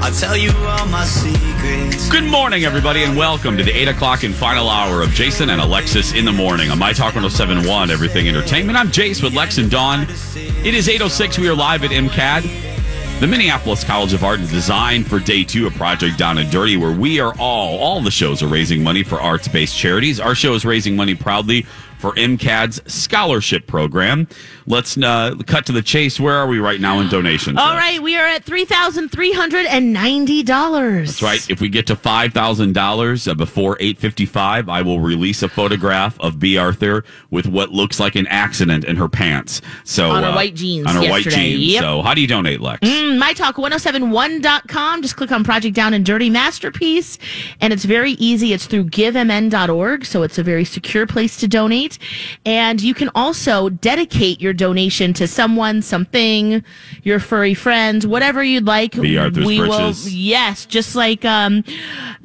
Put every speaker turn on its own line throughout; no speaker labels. I'll tell you all my secrets.
Good morning, everybody, and welcome to the 8 o'clock and final hour of Jason and Alexis in the morning on My Talk 1071, Everything Entertainment. I'm Jace with Lex and Dawn. It is 8.06. We are live at MCAD, the Minneapolis College of Art and Design for Day 2 of Project Down and Dirty, where we are all, all the shows are raising money for arts-based charities. Our show is raising money proudly for MCAD's scholarship program. Let's uh, cut to the chase. Where are we right now in donations?
All right, we are at three thousand three hundred and ninety dollars.
That's right. If we get to five thousand dollars uh, before eight fifty-five, I will release a photograph of B. Arthur with what looks like an accident in her pants. So uh,
On her white jeans
On her white
yesterday.
jeans.
Yep. Mm.
So how do you donate, Lex?
mytalk1071.com. Just click on Project Down and Dirty Masterpiece. And it's very easy. It's through givemn.org. So it's a very secure place to donate. And you can also dedicate your donation to someone, something, your furry friends, whatever you'd like.
Be Arthur's
we
britches.
will Yes, just like um,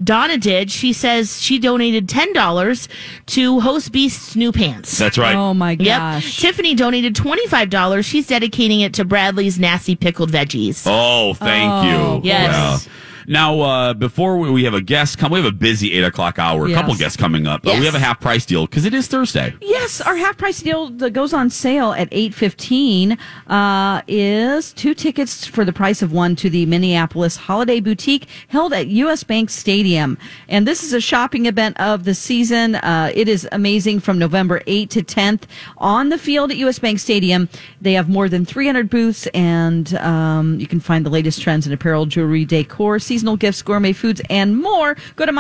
Donna did. She says she donated $10 to Host Beast's new pants.
That's right.
Oh my
Yep.
gosh.
Tiffany donated $25. She's dedicating it to Bradley's nasty pickled veggies.
Oh, thank
Oh,
you.
Yes.
Now, uh, before we, we have a guest come, we have a busy eight o'clock hour. A
Yes.
couple guests coming up. Uh, we
Yes.
have a half price deal because it is Thursday.
Yes, our half price deal that goes on sale at eight fifteen uh, is two tickets for the price of one to the Minneapolis Holiday Boutique held at U.S. Bank Stadium, and this is a shopping event of the season. Uh, it is amazing from November eight to tenth on the field at U.S. Bank Stadium. They have more than three hundred booths, and um, you can find the latest trends in apparel, jewelry, decor, seasonal gifts, gourmet foods, and more. Go to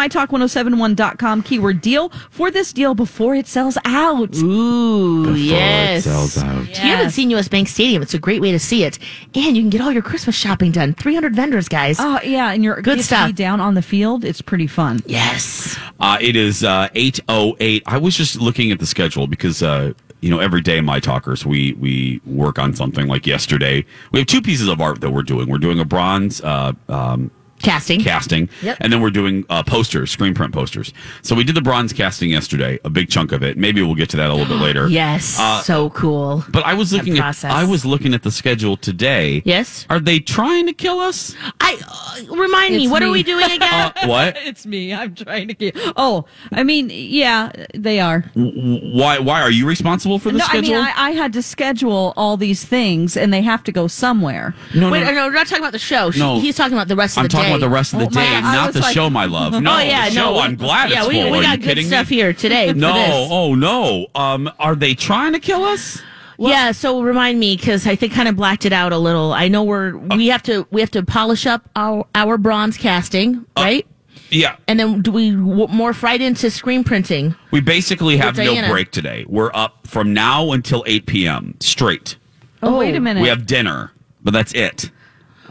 mytalk1071.com keyword deal for this deal before it sells out.
Ooh, yes.
out.
If you haven't
Yes.
seen US Bank Stadium, it's a great way to see it. And you can get all your Christmas shopping done. 300 vendors, guys.
Oh yeah, and you're
Good
get to
stuff.
be down on the field. It's pretty fun.
Yes.
Uh, it is uh, eight oh eight. I was just looking at the schedule because uh, you know every day my talkers we we work on something. Like yesterday, we have two pieces of art that we're doing. We're doing a bronze uh, um,
Casting.
casting,
Yep.
and then we're doing uh, posters, screen print posters. So we did the bronze casting yesterday, a big chunk of it. Maybe we'll get to that a little bit later.
yes.
Uh,
so cool.
But I was
That
looking at
process.
I was looking at the schedule today.
Yes.
Are they trying to kill us?
I uh, remind me,
It's
what are
me.
we doing again?
Uh, what?
It's me. I'm trying to get. Oh, I mean, yeah, they are.
Why? Why are you responsible for the
no,
schedule?
I mean, I, I had to schedule all these things, and they have to go somewhere.
no,
Wait,
no,
no, we're not talking about the show. She-
No.
He's talking about the rest
I'm
of the
talking
day.
about the rest of the
Oh,
day,
my- I
not
was
the
like-
show, my love. No,
Oh, yeah.
the show.
no,
I'm glad
yeah,
it's
we,
full.
we
Are
got
you
good
kidding
stuff
me?
here today. for
No,
this.
oh no. Um, are they trying to kill us?
yeah, so remind me because I think kind of blacked it out a little. I know we're we have to we have to polish up our our bronze casting,
Uh,
right?
Yeah,
and then do we w- morph right into screen printing?
we basically have no
Diana.
break today. We're up from now until 8 p.m. straight.
Oh, wait a minute.
We have dinner, but that's it.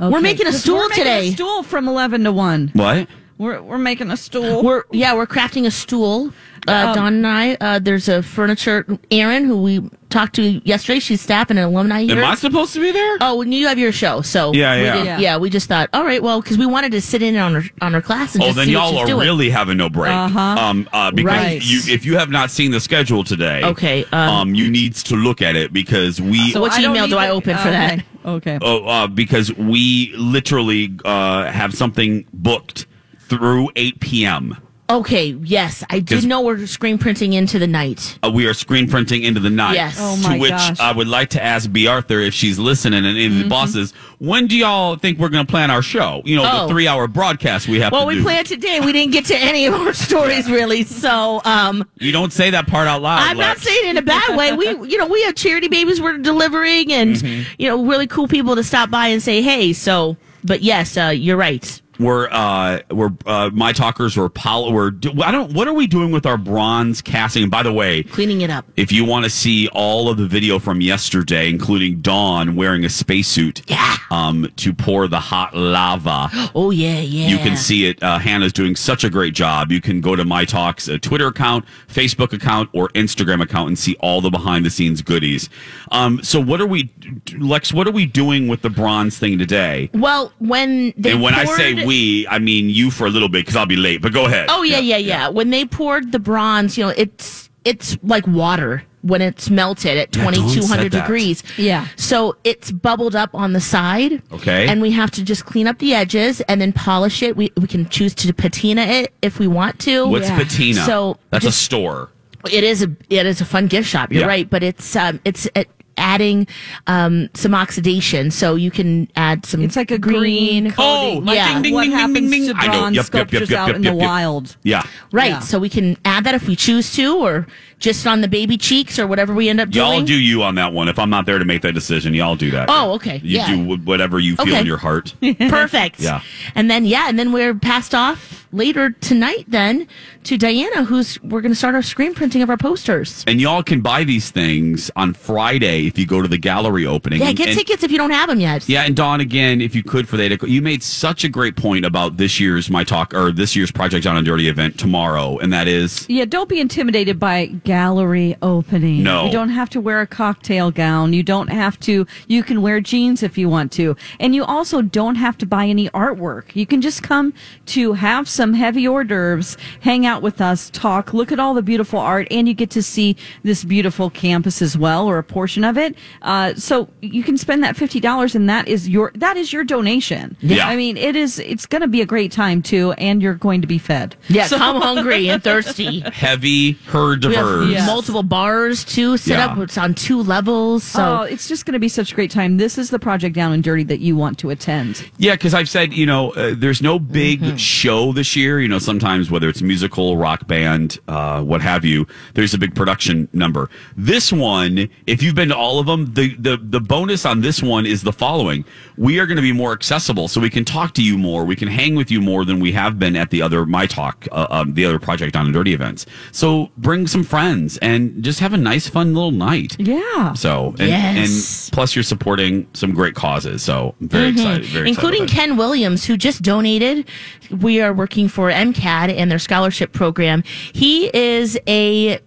We're making a stool
we're making
today.
A stool from eleven to one.
What?
We're we're making a stool.
We're yeah, we're crafting a stool. Uh,
Um,
Don and I. Uh, there's a furniture. Erin, who we talked to yesterday, she's staff and an alumni here.
Am I supposed to be there?
oh, and you have your show, so
Yeah,
we
yeah.
did-
Yeah.
yeah. We just thought, all right, well, because we wanted to sit in on her on her class and
Oh,
just
then
see what
y'all
she's
are
doing.
really having no break.
Uh-huh.
Um, uh, because
Right.
you, if you have not seen the schedule today,
Okay,
um,
um,
you needs to look at it because we.
So what
I don't
email do
need
I
to-
open for
okay. Okay.
Oh, uh, because we literally uh, have something booked through 8 p.m.
okay. Yes, I did
Is-
know we're screen printing into the night.
Uh, we are screen printing into the night.
Yes. Oh,
my
to which
gosh.
I would like to ask B. Arthur if she's listening and any of the
Mm-hmm.
bosses, when do y'all think we're going to plan our show? You know,
Oh.
the three hour broadcast we have
Well,
to
we
do.
planned today. We didn't get to any of our stories really, so um,
you don't say that part out loud.
I'm not
Lex.
saying it in a bad way. We, you know, we have charity babies we're delivering, and
Mm-hmm.
you know, really cool people to stop by and say hey. So, but yes, uh, you're right.
we're uh we're uh my talkers were pol- we're do- I don't what are we doing with our bronze casting? And by the way,
Cleaning it up.
if you want to see all of the video from yesterday, including Dawn wearing a spacesuit
Yeah.
um, to pour the hot lava,
Oh yeah, yeah.
you can see it. Uh, Hannah's doing such a great job. You can go to My Talk's uh, Twitter account, Facebook account, or Instagram account and see all the behind the scenes goodies. Um, so, what are we, Lex, what are we doing with the bronze thing today?
Well, when they
and when I say
poured-
we, I mean you for a little bit because I'll be late, but go ahead.
oh yeah, yeah, yeah, When they poured the bronze, you know, it's it's like water. when it's melted at
Yeah, Dawn said
2200
that.
degrees.
Yeah.
So it's bubbled up on the side.
Okay.
And we have to just clean up the edges and then polish it. We, we can choose to patina it if we want to.
What's
Yeah.
patina?
Oh, So
that's
just-
a store.
It is a it is a fun gift shop. You're
Yeah.
right, but it's um it's uh, adding um some oxidation, so you can add some.
It's like a green.
Oh,
coating,
like
yeah.
ding, ding,
what
ding, ding,
happens
ding,
to
ding. I know. Yep, yep,
bronze
yep,
sculptures
yep,
out
yep,
in the
yep, yep.
wild?
Yeah.
Right,
Yeah.
so we can add that if we choose to, or just on the baby cheeks, or whatever we end up
Y'all
doing.
do you on that one. If I'm not there to make that decision, y'all do that.
Oh, okay.
You
Yeah.
do wh- whatever you feel
Okay.
in your heart.
Perfect.
Yeah.
And then yeah, and then we're passed off later tonight then to Diana, who's we're gonna start our screen printing of our posters.
and y'all can buy these things on Friday if you go to the gallery opening.
Yeah,
And-
get
Mm, and-
tickets if you don't have them yet.
Yeah, and Dawn, again, if you could for the eight o'clock- you made such a great point about this year's my talk or this year's Project Down and Dirty event tomorrow, and that is
Yeah, don't be intimidated by gallery opening.
No.
You don't have to wear a cocktail gown. You don't have to, you can wear jeans if you want to. And you also don't have to buy any artwork. You can just come to have some heavy hors d'oeuvres, hang out with us, talk, look at all the beautiful art, and you get to see this beautiful campus as well or a portion of it. Uh, so you can spend that $50 and that is your, that is your donation.
Yeah.
I mean, it is, it's going to be a great time too, and you're going to be fed.
Yeah, come hungry and thirsty.
heavy herd
We have
diverse.
Yes.
multiple bars too set
Yeah.
up. It's on two levels.
oh,
So
it's just going to be such a great time. This is the project down and dirty that you want to attend.
Yeah, because I've said, you know, uh, there's no big show this year. You know, sometimes whether it's musical, rock band, uh, what have you, there's a big production number. This one, if you've been to all of them, the, the, the bonus on this one is the following. We are going to be more accessible, so we can talk to you more. We can hang with you more than we have been at the other My Talk, uh, um, the other Project on and Dirty events. So bring some friends and just have a nice, fun little night.
Yeah.
So, and,
Yes.
and plus you're supporting some great causes. So I'm very excited. Very
Mm. including
excited about it.
Ken Williams, who just donated. We are working for MCAD and their scholarship program. He is a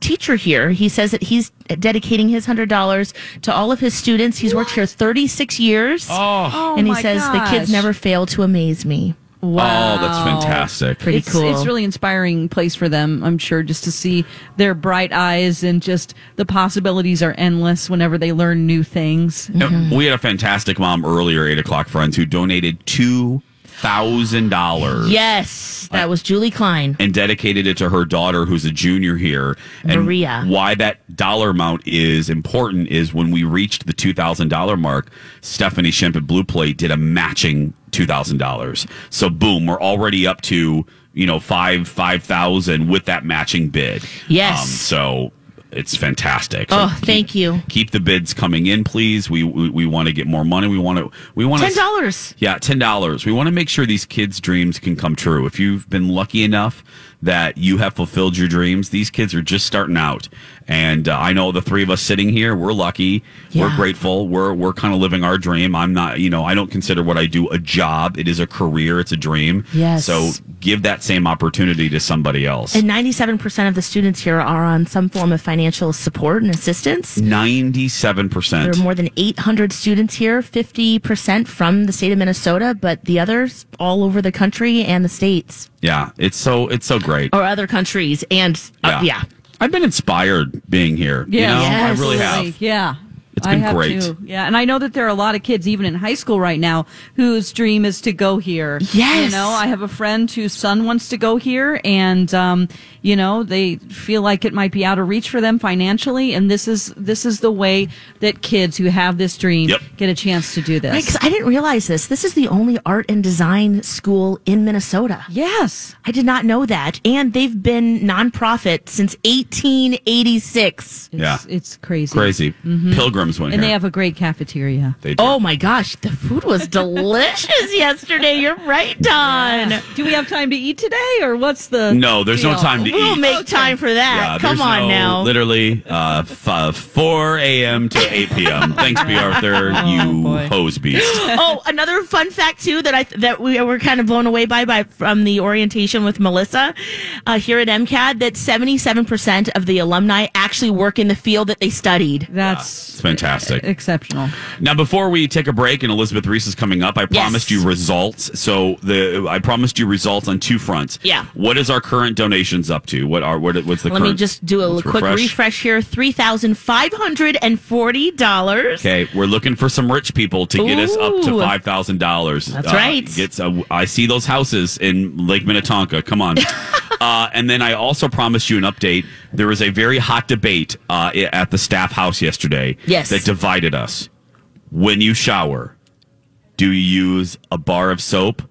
teacher here. He says that he's dedicating his hundred dollars to all of his students. He's worked here 36 years.
Oh,
and he
my
says the kids
gosh.
never fail to amaze me.
Wow.
Oh, that's fantastic.
Pretty
it's,
cool.
It's really inspiring place for them, I'm sure, just to see their bright eyes and just the possibilities are endless whenever they learn new things.
Now, We had a fantastic mom earlier, eight o'clock friends, who donated two thousand dollars.
Yes, that was Julie Klein.
And dedicated it to her daughter, who's a junior here. And
Maria.
Why that dollar amount is important is when we reached the two thousand dollar mark, Stephanie Shemp at Blue Plate did a matching two thousand dollars. So boom, we're already up to you know five five thousand with that matching bid. Um,
Yes.
so it's fantastic. So
Oh, thank you.
keep the bids coming in, please. We we, we want to get more money. We want to we want
Ten
to
dollars.
yeah ten dollars. We want to make sure these kids' dreams can come true. If you've been lucky enough that you have fulfilled your dreams, these kids are just starting out, and uh, I know the three of us sitting here, we're lucky. We're
Yeah.
grateful. We're we're kind of living our dream. I'm not, you know, I don't consider what I do a job. It is a career. It's a dream.
Yes.
So give that same opportunity to somebody else.
And 97% of the students here are on some form of financial support and assistance.
Ninety-seven
There
percent.
are more than 800 students here, 50% from the state of Minnesota, but the others all over the country and the states
Yeah, it's so it's so great.
or other countries. And Oh, uh, yeah.
I've been inspired being here. you know?
Yes.
I really
absolutely.
have.
Yeah.
It's
I
been
have
great.
too. Yeah, and I know that there are a lot of kids, even in high school right now, whose dream is to go here.
Yes.
you know, I have a friend whose son wants to go here, and um, you know, they feel like it might be out of reach for them financially, and this is this is the way that kids who have this dream
Yep.
get a chance to do this.
Because I didn't realize this. This is the only art and design school in Minnesota.
Yes,
I did not know that. And they've been nonprofit since 1886.
Yeah.
It's- it's crazy,
Crazy.
Mm-hmm.
Pilgrims went
and
here.
they have a great cafeteria.
They do.
Oh my gosh, the food was delicious yesterday. You're right, Don.
Do we have time to eat today, or what's the
No, there's no
deal?
time to
We'll
eat.
make time for that.
Yeah,
Come
there's
on
no-
now.
Literally uh, f- uh, 4 a.m. to 8 p.m. Thanks, B. Arthur, you hose beast.
oh, another fun fact too that I that we were kind of blown away by by from the orientation with Melissa uh, here at MCAD that seventy seven percent of the alumni actually work in the field that they studied.
That's
It's fantastic.
exceptional.
Now, before we take a break, and Elizabeth Reese is coming up, I promised you results. So the I promised you results on two fronts.
Yeah.
What is our current donations up to? What are what, what's the
Let
current?
me just do a
let's
quick refresh, here. Three thousand five hundred and forty dollars.
Okay, we're looking for some rich people to get us up to
Ooh.
five thousand dollars. Uh,
That's right.
Gets a, I see those houses in Lake Minnetonka. Come on. uh, and then I also promised you an update. There was a very hot debate uh, i- at the staff house yesterday.
Yes.
That divided us. When you shower, do you use a bar of soap?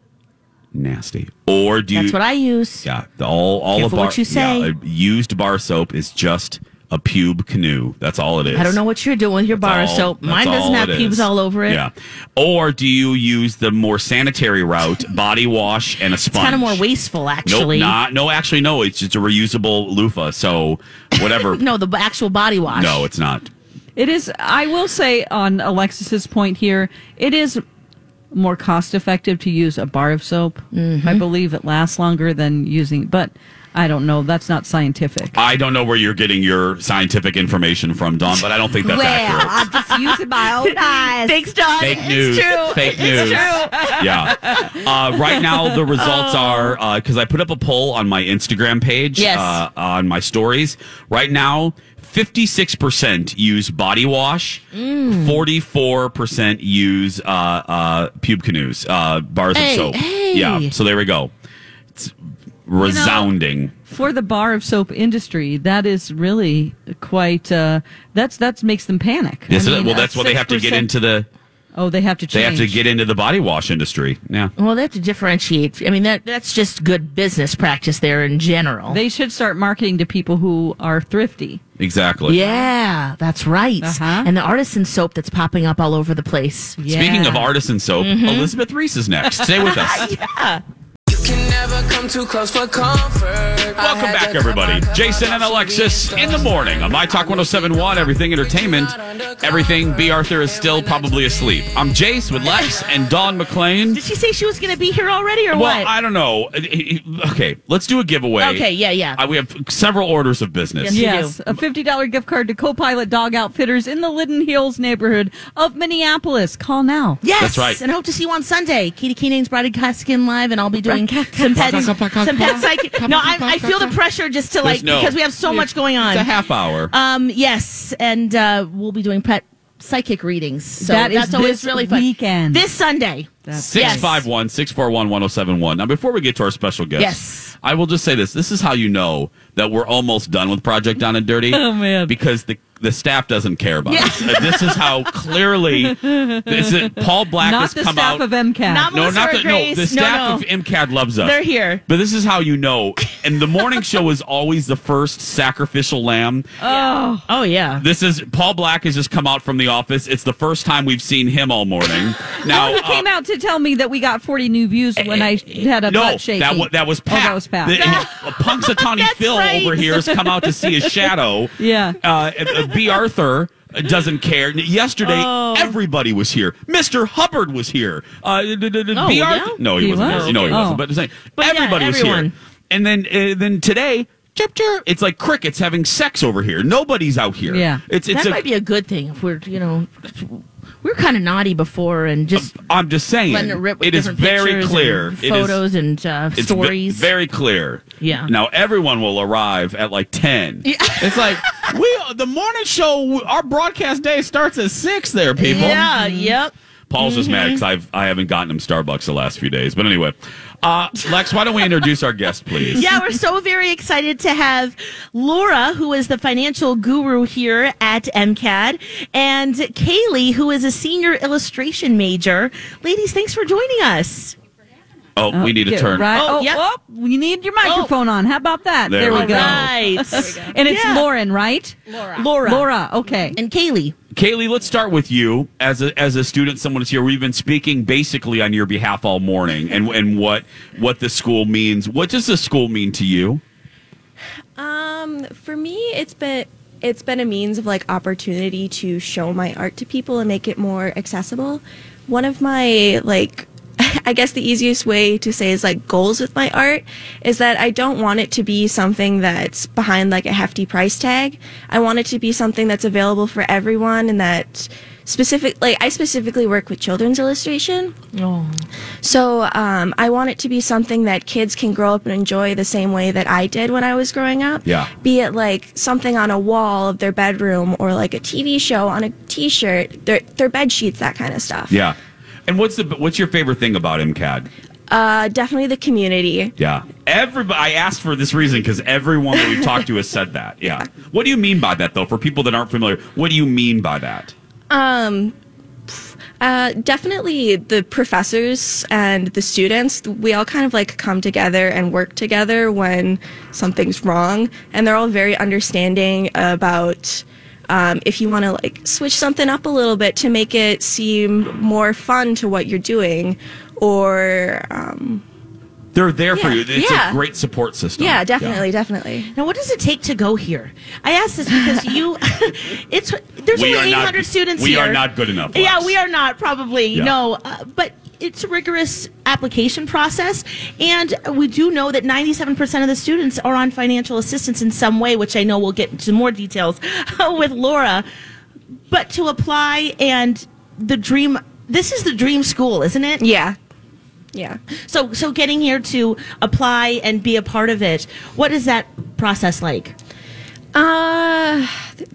Nasty. Or do you?
That's what I use.
Yeah, the- all all
Careful
a bar.
what you say.
Yeah, a used bar soap is just a pube canoe. That's all it is.
I don't know what you're doing with your bar of
All-
soap.
that's
Mine
all
doesn't have
it
pubes
is.
all over it.
Yeah. Or do you use the more sanitary route, body wash and a
It's
sponge?
kind of more wasteful,
Nope,
actually.
not, no, actually, no. It's just a reusable loofah. So whatever.
No, the b- actual body wash.
No, it's not.
It is. I will say on Alexis's point here, it is more cost effective to use a bar of soap. I
Mm-hmm.
believe it lasts longer than using, but I don't know. That's not scientific.
I don't know where you're getting your scientific information from, Don, but I don't think that's accurate.
I'm just using my own eyes.
Thanks, Don.
Fake
It's
news.
true.
Fake
It's
news.
true.
yeah. Uh, right now, the results are because I put up a poll on my Instagram page,
Oh. Yes.
uh, on my stories. Right now, 56% use body wash,
Mm.
44% use uh, uh, pube canoes, uh, bars
Hey,
of soap.
hey.
Yeah. So there we go. It's resounding.
for the bar of soap industry, that is really quite. Uh, that's that makes them panic.
Yes,
I
it-
mean,
well,
a
that's why they have to get
6%
into the
Oh, they have to change.
they have to get into the body wash industry. Yeah.
Well, they have to differentiate. I mean, that that's just good business practice there in general.
They should start marketing to people who are thrifty.
Exactly.
yeah, that's right.
Uh-huh.
And the artisan soap that's popping up all over the place.
Speaking of
Yeah.
artisan soap,
Mm-hmm.
Elizabeth Reese is next. Stay with us.
Can never come too close for comfort.
Welcome back, everybody. Jason and Alexis in the morning on My Talk 1071, Everything Entertainment. Everything B. Arthur is still probably asleep. I'm Jace with Lex and Don McLean.
Did she say she was going to be here already or
Well,
what?
I don't know. Okay, let's do a giveaway.
Okay, yeah, yeah.
Uh, we have several orders of business.
Yes.
Yes,
do.
a $50 gift card to Copilot Dog Outfitters in the Linden Hills neighborhood of Minneapolis. Call now.
Yes,
That's right.
And hope to see you on Sunday. Katie Keenan's Bride Skin Live, and I'll be doing some pet, some pet psychic. No, I, I feel the pressure just to like
There's no-
because we have so much going on.
It's a half hour.
Um, yes, and uh, we'll be doing pet psychic readings. So
That is
that's always
this
really fun.
weekend.
this Sunday.
That's-
yes.
651 641 1071. Now, before we get to our special guest,
Yes.
I will just say this. This is how you know that we're almost done with Project Down and Dirty.
Oh, man.
Because the, the staff doesn't care about us. Uh, This is how clearly this is, Paul Black
Not
has
the
come
staff
out.
of MCAT.
Not
no,
Melissa
not
or
the, no,
Grace.
the
no.
staff of MCAD loves us.
They're here.
But this is how you know. And the morning show is always the first sacrificial lamb.
Oh yeah.
This is Paul Black has just come out from the office. It's the first time we've seen him all morning. Now
Oh, he
uh,
came out to tell me that we got 40 new views when I had a
no,
butt shaking.
that was that was
Oh,
Pat.
that was Pat.
The- uh, Punxsutawney
That's
Phil
right.
over here has come out to see his shadow.
Yeah.
Uh, uh, B. Arthur doesn't care. Yesterday,
Oh.
everybody was here. Mr. Hubbard was here. Uh, d- d- d-
Oh,
B.
yeah?
Arthur. No, he,
He
wasn't.
was?
Here. No, he
Oh.
wasn't. But, I'm saying,
But yeah,
everybody was here.
everyone.
And then uh, then today. chirp, chirp, It's like crickets having sex over here. Nobody's out here.
Yeah.
it's it's
that
a,
might be a good thing if we're you know we were kind of naughty before and just
I'm just saying.
letting it rip.
Um,
With
it is
different
very
pictures
clear.
and
It is-
photos and uh,
It's ve-
stories.
very clear.
Yeah.
Now everyone will arrive at like ten. It's like we the morning show. Our broadcast day starts at six. There, people.
Yeah. Mm-hmm. Yep.
Paul's just mad because I've I haven't gotten him Starbucks the last few days. But anyway, uh, Lex, why don't we introduce our guest, please?
Yeah, we're so very excited to have Laura, who is the financial guru here at MCAD, and Kaylee, who is a senior illustration major. Ladies, thanks for joining us.
Oh, we need a
Get
turn.
Right.
Oh,
Oh,
yep.
oh, we need your microphone on. How about that?
There we
we
go.
go.
Right.
And it's
Yeah.
Lauren, right?
Laura.
Laura, okay.
And Kaylee.
Kaylee, let's start with you as a as a student. Someone who's here. We've been speaking basically on your behalf all morning, and and what what the school means. What does the school mean to you?
Um, for me, it's been it's been a means of like opportunity to show my art to people and make it more accessible. One of my like I guess the easiest way to say is like goals with my art is that I don't want it to be something that's behind like a hefty price tag. I want it to be something that's available for everyone and that specific like I specifically work with children's illustration. So um, I want it to be something that kids can grow up and enjoy the same way that I did when I was growing up.
Yeah.
Be it like something on a wall of their bedroom or like a TV show on a T-shirt, their their bed sheets, that kind of stuff.
Yeah. And what's the what's your favorite thing about MCAD?
Uh, definitely the community.
Yeah. Everybody I asked for this reason because everyone that we've talked to has said that. Yeah. What do you mean by that though? For people that aren't familiar, what do you mean by that?
Um, pff, uh, definitely the professors and the students. We all kind of like come together and work together when something's wrong, and they're all very understanding about. Um, if you want to like switch something up a little bit to make it seem more fun to what you're doing, or um,
They're there for
Yeah.
you. It's
Yeah.
a great support system.
yeah, definitely, definitely.
Now, what does it take to go here? I ask this because you, it's there's
We
only
are not-
800 students
we
here.
are not good enough,
Yeah,
Lex.
we are not probably
Yeah.
no, uh, but it's a rigorous application process, and we do know that 97 percent of the students are on financial assistance in some way, which I know we'll get into more details with Laura. But to apply and the dream, this is the dream school, isn't it?
Yeah, yeah.
So, so getting here to apply and be a part of it, what is that process like?
Uh, th-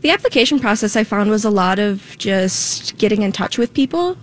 the application process I found was a lot of just getting in touch with people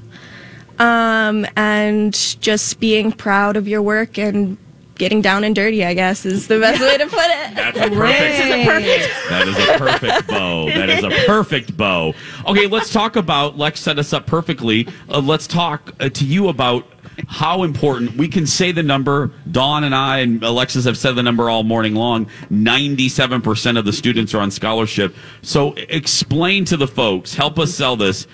um, and just being proud of your work and getting down and dirty, I guess, is the best way to put it.
That's a perfect
perfect.
That is a perfect bow. That is a perfect bow. Okay, let's talk about. Lex set us up perfectly. Uh, let's talk uh, to you about how important we can say the number. Dawn and I and Alexis have said the number all morning long. Ninety-seven percent of the students are on scholarship. So e- explain to the folks. Help us sell this.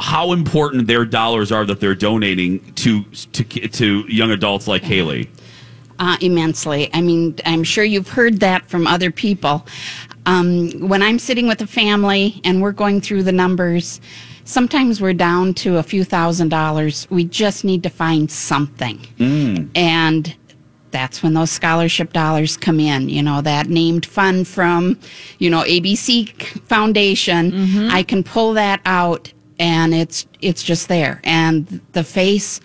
How important their dollars are that they're donating to to ki- to young adults like Haley.
uh, immensely. I mean, I'm sure you've heard that from other people. Um, when I'm sitting with a family and we're going through the numbers, sometimes we're down to a few thousand dollars. We just need to find something. And that's when those scholarship dollars come in. You know, that named fund from, you know, ABC Foundation. I can pull that out and it's it's just there. And the face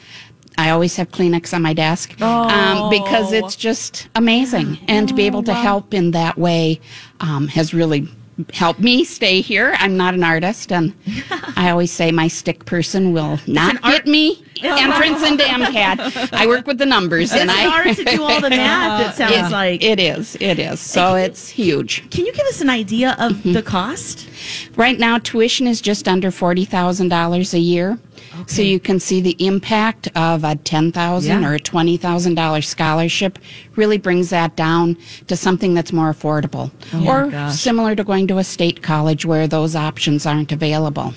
I always have Kleenex on my desk um, because it's just amazing. And to be able to help in that way um, has really helped me stay here. I'm not an artist, and I always say my stick person will not get me entrance into MCAD. I work with the numbers, and
It's
I.
hard to do all the math. It sounds like.
It is. It is. So it's huge.
Can you give us an idea of
Mm-hmm.
the cost?
Right now, tuition is just under forty thousand dollars a year. So you can see the impact of a ten thousand
Yeah.
or a twenty thousand dollar scholarship really brings that down to something that's more affordable,
Oh
or similar to going to a state college where those options aren't available.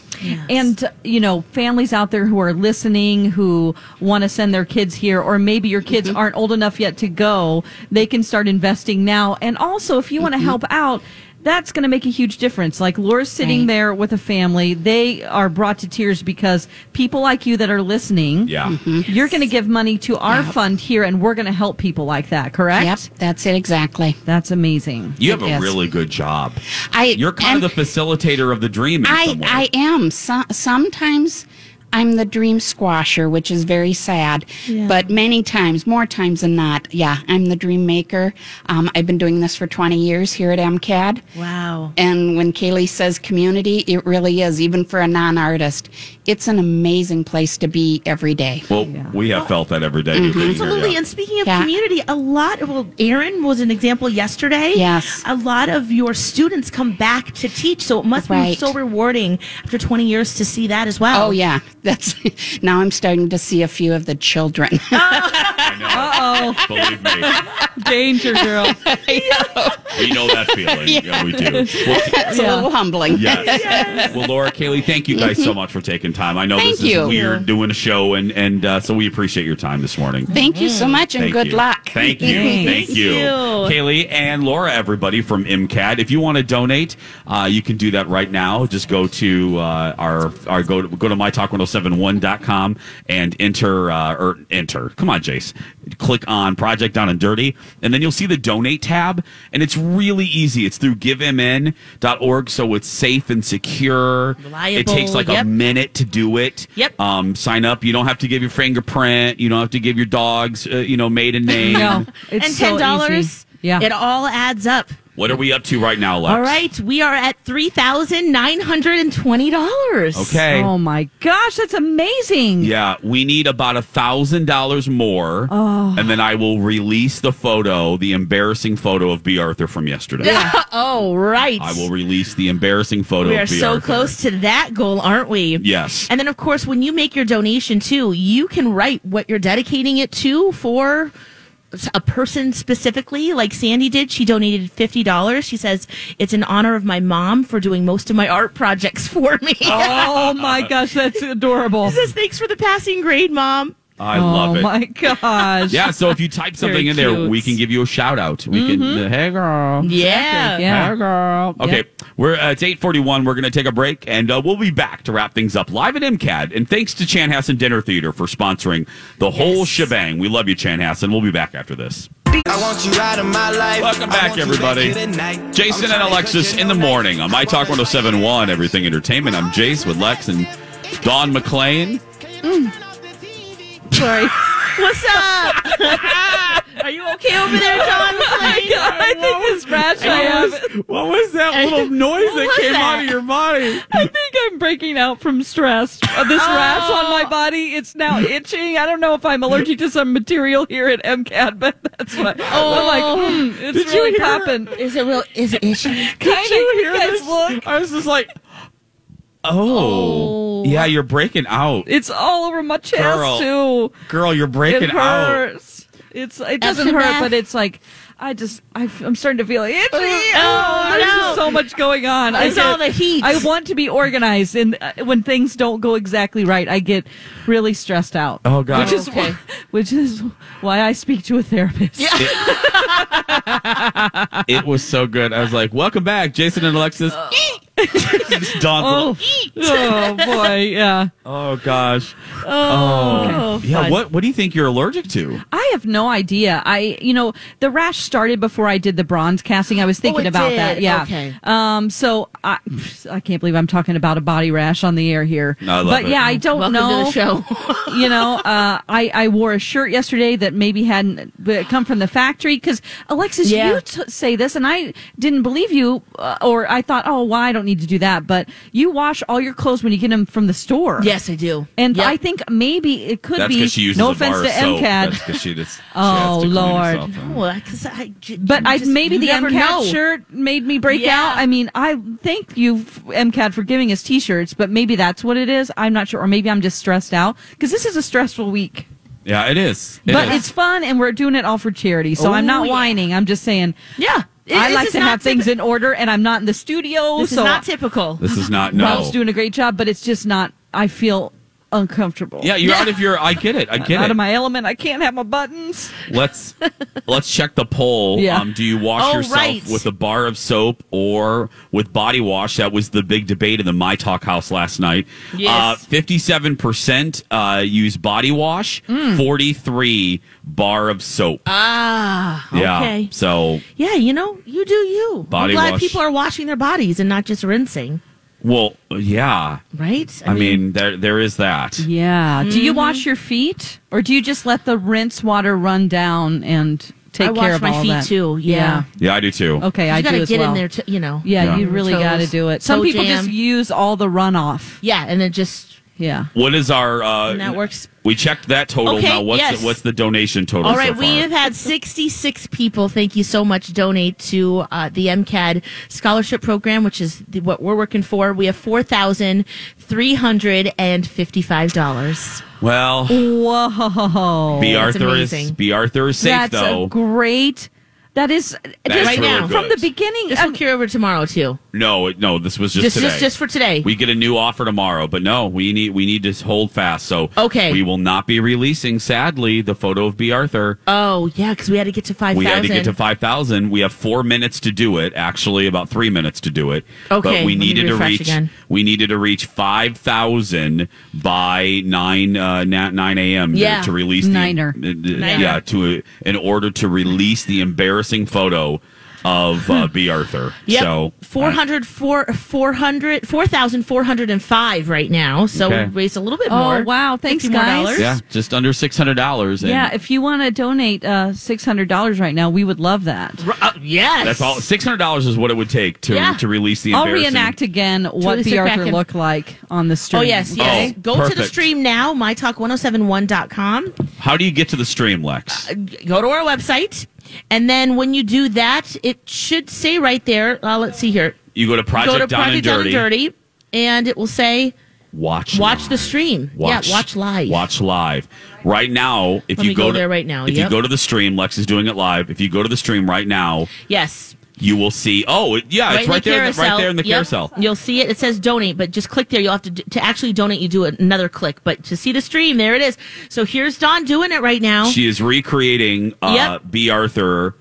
And, you know, families out there who are listening, who want to send their kids here, or maybe your kids aren't old enough yet to go, they can start investing now. And also, if you want to help out, that's going to make a huge difference. Like Laura's sitting
Right.
there with a family. They are brought to tears because people like you that are listening,
Yeah.
you're going to give money to our fund here and we're going to help people like that, correct?
Yep, that's it exactly.
That's amazing.
You have a
Yes.
really good job.
I
You're kind of
and
the facilitator of the dream. In
I
some ways.
I am so, sometimes. I'm the dream squasher, which is very sad, but many times, more times than not, yeah, I'm the dream maker. Um, I've been doing this for 20 years here at MCAD.
Wow.
And when Kaylee says community, it really is, even for a non artist. It's an amazing place to be every day.
Well, we have felt that every day. You've been here,
Absolutely.
yeah.
And speaking of
Yeah.
community, a lot, well, Aaron was an example yesterday.
Yes.
A lot of your students come back to teach. So it must be
Right.
so rewarding after 20 years to see that as well.
Oh, yeah. That's now I'm starting to see a few of the children.
I know.
Oh,
Believe me.
danger girl.
We know that feeling. yeah. we do. Well,
It's a little humbling.
yes. Well, Laura, Kaylee, thank you guys so much for taking time. I know
Mm-hmm. Thank
this is
you.
weird doing a show, and and uh, so we appreciate your time this morning.
Thank you so much and
Thank
good
you.
luck.
Thank you. Thank you. Kaylee and Laura, everybody from MCAD. If you want to donate, uh, you can do that right now. Just go to uh, our, our go to, go to mytalk1071.com and enter, uh, or enter. Come on, Jace. Click on Project Down and Dirty, and then you'll see the donate tab. And it's really easy. It's through givemn.org, so it's safe and secure. It
Reliable,
takes like a
yep.
minute to do it.
Yep.
Um, sign up. You don't have to give your fingerprint. You don't have to give your dog's, uh, you know, maiden name.
No, it's
and
so
ten dollars.
easy. Yeah.
it all adds up.
What are we up to right now, Lex?
All right, we are at three thousand nine hundred and twenty dollars.
Okay.
Oh my gosh, that's amazing.
yeah, we need about a thousand dollars more,
Oh.
and then I will release the photo, the embarrassing photo of B. Arthur from yesterday.
oh right.
I will release the embarrassing photo.
We
of
are
B.
so
Arthur.
close to that goal, aren't we?
Yes.
And then, of course, when you make your donation too, you can write what you're dedicating it to for a person specifically, like Sandy did. She donated fifty dollars. She says it's in honor of my mom for doing most of my art projects for me.
Oh my gosh, that's adorable.
She says thanks for the passing grade, mom.
I love
oh
it.
my gosh.
Yeah, so if you type something
Very
in there,
cute.
we can give you a shout out. We
Mm-hmm.
can, uh, hey girl.
Yeah.
Yeah. girl.
Okay, we're uh, it's eight forty one. We're going to take a break, and uh, we'll be back to wrap things up live at MCAD. And thanks to Chanhassen Dinner Theater for sponsoring the whole shebang. We love you, Chanhassen. We'll be back after this.
I want you out of my life.
Welcome back, everybody. Jason and Alexis in the morning on My Talk 1071, Everything Entertainment. I'm Jace with Lex and Don McClain.
Sorry.
What's up? Are you okay over there, Don?
I think this rash I have. I
What was that little noise that
was came that? out of
your body?
think I'm breaking out from stress. Uh, This
Oh.
rash on my body, it's now itching. I don't know if I'm allergic to some material here at MCAD, but that's what I'm like. mm, it's
Oh. Did you
really
hear-
popping.
Is it real? Is it itchy?
Kind of. You guys look.
I was just like, oh.
Oh.
Yeah, you're breaking out.
It's all over my chest
Girl.
too.
Girl, you're breaking
it
out.
hurts. It's it doesn't
Epsom
hurt,
bath?
but it's like I just I, am starting to feel itchy. Oh,
oh,
there's
no.
just so much going on. I
It's all the heat.
I want to be organized, and uh, when things don't go exactly right, I get really stressed out.
Oh, God.
which is why, which is why I speak to a therapist. Yeah.
It was so good. I was like, welcome back, Jason and Alexis. Don.
Oh, oh boy, yeah.
oh gosh. Oh. yeah. What What do you think you're allergic to?
I have no idea. I, you know, the rash started before I did the bronze casting. I was thinking
Oh, it
about
did.
that. Yeah.
Okay.
Um. So I, I can't believe I'm talking about a body rash on the air here.
I love
but
it.
yeah, I don't
Welcome
know.
to the show.
you know, uh, I I wore a shirt yesterday that maybe hadn't uh, come from the factory because Alexis,
Yeah.
you t- say this, and I didn't believe you, uh, or I thought, oh, well, I don't need to do that. But you wash all your clothes when you get them from the store.
Yes, I do.
And
Yep.
I think maybe it could
That's
be
because she uses
no
a bar
offense to
of soap.
MCAD.
That's because she just. she
Oh,
has to clean
Lord.
herself.
Well, 'cause I j-
But
you
I
just-
maybe
you
the
never
MCAT
know.
shirt made me break
Yeah.
out. I mean, I thank you f- MCAT for giving us T-shirts, but maybe that's what it is. I'm not sure, or maybe I'm just stressed out because this is a stressful week.
Yeah, it is. It
but
is.
it's fun, and we're doing it all for charity. So I'm
Oh,
not
yeah.
whining. I'm just saying.
Yeah. It-
I
this
like
is
to
not
have things
typi-
in order, and I'm not in the studio.
This
so
is not typical.
This is not
Rob's
no.
doing a great job, but it's just not. I feel uncomfortable.
Yeah, you're out of your. I get it. I get
out
it.
of my element. I can't have my buttons.
let's let's check the poll.
Yeah.
Um, do you wash
Oh,
yourself
right.
with a bar of soap or with body wash? That was the big debate in the My Talk house last night. Uh,
Yes.
Fifty-seven percent uh, use body wash.
Mm.
Forty-three bar of soap.
Ah,
yeah.
Uh, okay.
So
Yeah, you know, you do you.
Body
I'm glad
wash.
people are washing their bodies and not just rinsing,
well, yeah.
right?
I mean, there there is that.
Yeah. Do you wash
Mm-hmm.
your feet, or do you just let the rinse water run down and take
I
care
wash
of
my
all
feet
that?
too. Yeah,
Yeah, I do too.
Okay,
you
I
gotta
do as
get
well.
in there, to, you know.
yeah, you
Yeah.
really
Toes,
got to do it. Some
toe
people
jam.
just use all the runoff.
yeah, and then just
Yeah.
What is our uh,
And that works.
We checked that total.
Okay,
now what's
yes.
the, what's the donation total?
All right,
so
we
far?
have had 66 people, thank you so much, donate to uh, the MCAD scholarship program, which is the, what we're working for. We have $4,355.
well.
Whoa.
B.
Oh, That's
Arthur is
amazing.
B. Arthur is safe
That's
though.
a great That is
That is
just
really
now,
good.
from the beginning.
This will
Of,
carry over tomorrow too.
No, it- no, this was just
Just,
today.
just, just for today.
we get a new offer tomorrow, but no, we need we need to hold fast. So
Okay.
we will not be releasing, sadly, the photo of B. Arthur.
oh yeah, because we had to get to five
we had to get to
thousand.
5,000. We have four minutes to do it. Actually, about three minutes to do it.
Okay,
but we
let me
needed to
refresh
reach.
again.
We needed to reach 5,000 by nine uh, na- nine a.m. to-
Yeah.
To, release the
Niner.
uh, uh, yeah to uh, in order to release the embarrassing photo of uh, B. Arthur.
Hmm. Yep,
So uh,
four hundred four four hundred four thousand four hundred and five right now. So
Okay.
we raised a little bit
Oh,
more.
wow. Thanks,
50 more
guys.
dollars.
Yeah, just under six hundred dollars.
yeah, if you want to donate uh, six hundred dollars right now, we would love that.
R- uh, yes.
that's all. Six hundred dollars is what it would take to
Yeah.
to release the.
I'll
embarrassing-
reenact again what
Totally
B.
sit back
Arthur
and-
looked like on the street.
Oh yes, yes.
Oh,
Go to the
perfect.
stream now, mytalk1071.com.
How do you get to the stream, Lex?
Go to our website, and then when you do that, it should say right there. Uh, let's see here.
You go to Project,
go to
Down,
Project
and Dirty.
Down and Dirty, and it will say
Watch.
watch the stream.
Watch,
yeah, watch live.
Watch live. Right now, if
Let
you
me
go,
go
to,
there right now,
If you
yep.
go to the stream, Lex is doing it live. If you go to the stream right now,
Yes.
you will see. Oh, it- yeah, it's
in the
right there, right
carousel.
there in the
Yep.
carousel.
You'll see it. It says donate, but just click there. You'll have to d- to actually donate. You do another click, but to see the stream, there it is. So here's Dawn doing it right now.
She is recreating uh,
Yep.
B. Arthur.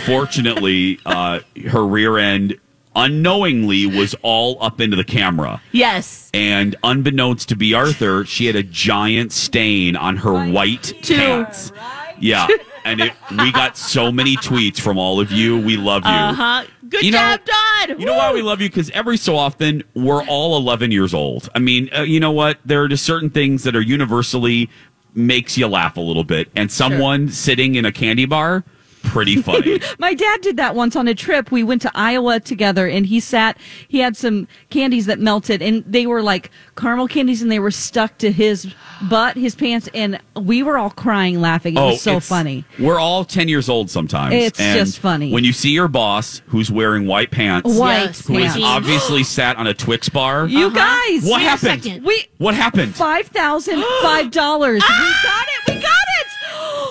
Unfortunately, uh, her rear end unknowingly was all up into the camera.
yes.
and unbeknownst to B. Arthur, she had a giant stain on her white
Two.
pants. Yeah, and it, we got so many tweets from all of you. We love you.
Uh huh. Good
You know-
job, Dawn.
You know why we love you? Because every so often we're all 11 years old. I mean, uh, you know what? There are just certain things that are universally makes you laugh a little bit, and someone sitting in a candy bar, pretty funny.
My dad did that once on a trip. We went to Iowa together and he sat, he had some candies that melted and they were like caramel candies and they were stuck to his butt, his pants, and we were all crying laughing. It was so
Oh, it's-
funny.
We're all 10 years old sometimes.
It's just funny.
When you see your boss who's wearing white pants,
White
Yes,
who is
pants.
obviously sat on a Twix bar.
You guys,
what
wait a
happened?
second.
we
What happened?
five thousand five dollars. we
Ah!
got it. We got it.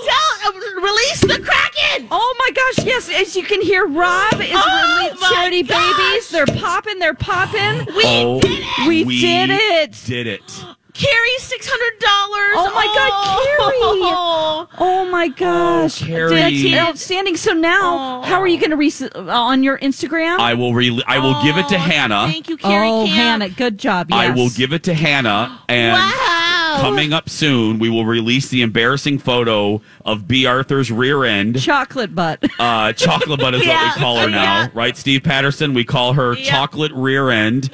Tell, uh, release the Kraken.
Oh my gosh! Yes, as you can hear, Rob is
Oh
releasing
my
charity
gosh!
babies. They're popping. They're popping.
We
Oh,
did it.
We did it.
Did it.
Carrie, six hundred dollars.
Oh my God, Carrie. Oh my gosh!
Carrie.
That's outstanding. So now, how are you going to re- on your Instagram?
I will re- I will give it to Hannah.
Thank you, Carrie.
oh,
Camp.
Hannah, good job.
I
yes.
will give it to Hannah and
Wow.
coming up soon we will release the embarrassing photo of B Arthur's rear end.
chocolate butt.
Uh, chocolate butt is
Yeah,
what we call her now,
yeah.
right, Steve Patterson? We call her
Yeah.
chocolate rear end.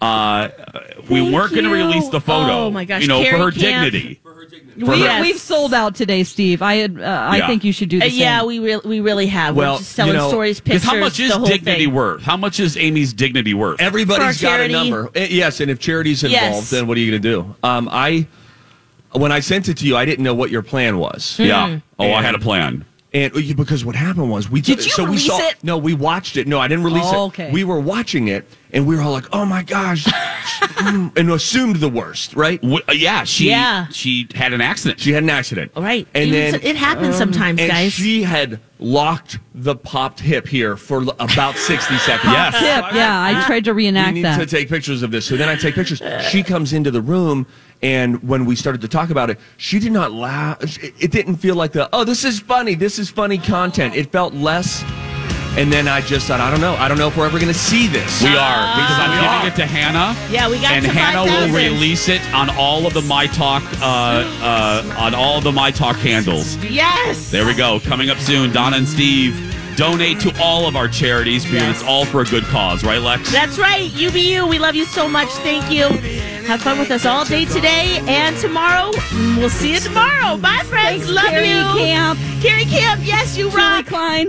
Uh, we
Thank
weren't going to
you.
release the photo.
Oh, my gosh,
You know, for
Carrie
her
Camp.
dignity.
we,
Yes.
We've sold out today, Steve. I had, uh, I
Yeah.
think you should do
Uh,
the same.
yeah, we re- we really have. We're just selling stories,
'cause
pictures.
how much is
the whole
dignity
thing.
worth? How much is Amy's dignity worth?
Everybody's
For
got a
charity.
number. Eh, Yes, and if charity's involved,
Yes.
then what are you going to do? Um, I when I sent it to you, I didn't know what your plan was.
Hmm.
yeah.
Mm.
Oh, I
And-
had a plan.
And yeah, because what happened was we
Did you
so
release
we saw
it?
no we watched it no I didn't release
Oh,
it
okay.
we were watching it and we were all like oh my gosh mm, and assumed the worst right
Wh- uh, yeah, she
Yeah.
she had an accident.
she had an accident
All right.
and
Even
then
so- it happens
Um,
sometimes,
and
guys.
she had locked the popped hip here for l- about sixty seconds
Yes.
Tip, yeah, I tried to
we
reenact
need to
that.
take pictures of this. So then I take pictures. She comes into the room, and when we started to talk about it, she did not laugh. It it didn't feel like the oh, this is funny, this is funny content. It felt less. And then I just thought, I don't know, I don't know if we're ever going to see this.
We are because I'm
are.
giving it to Hannah.
Yeah, we got
and
to
Hannah will
5,000.
release it on all of the My Talk uh, uh, on all of the My Talk handles.
Yes.
There we go. Coming up soon, Donna and Steve donate to all of our charities because it's all for a good cause, right, Lex?
That's right. UBU, we love you so much. Thank you. Have fun with us all day today and tomorrow. We'll see you tomorrow. Bye, friends. love
Carrie
you.
Camp,
Carrie Camp. Yes, you
Julie
rock.
Klein.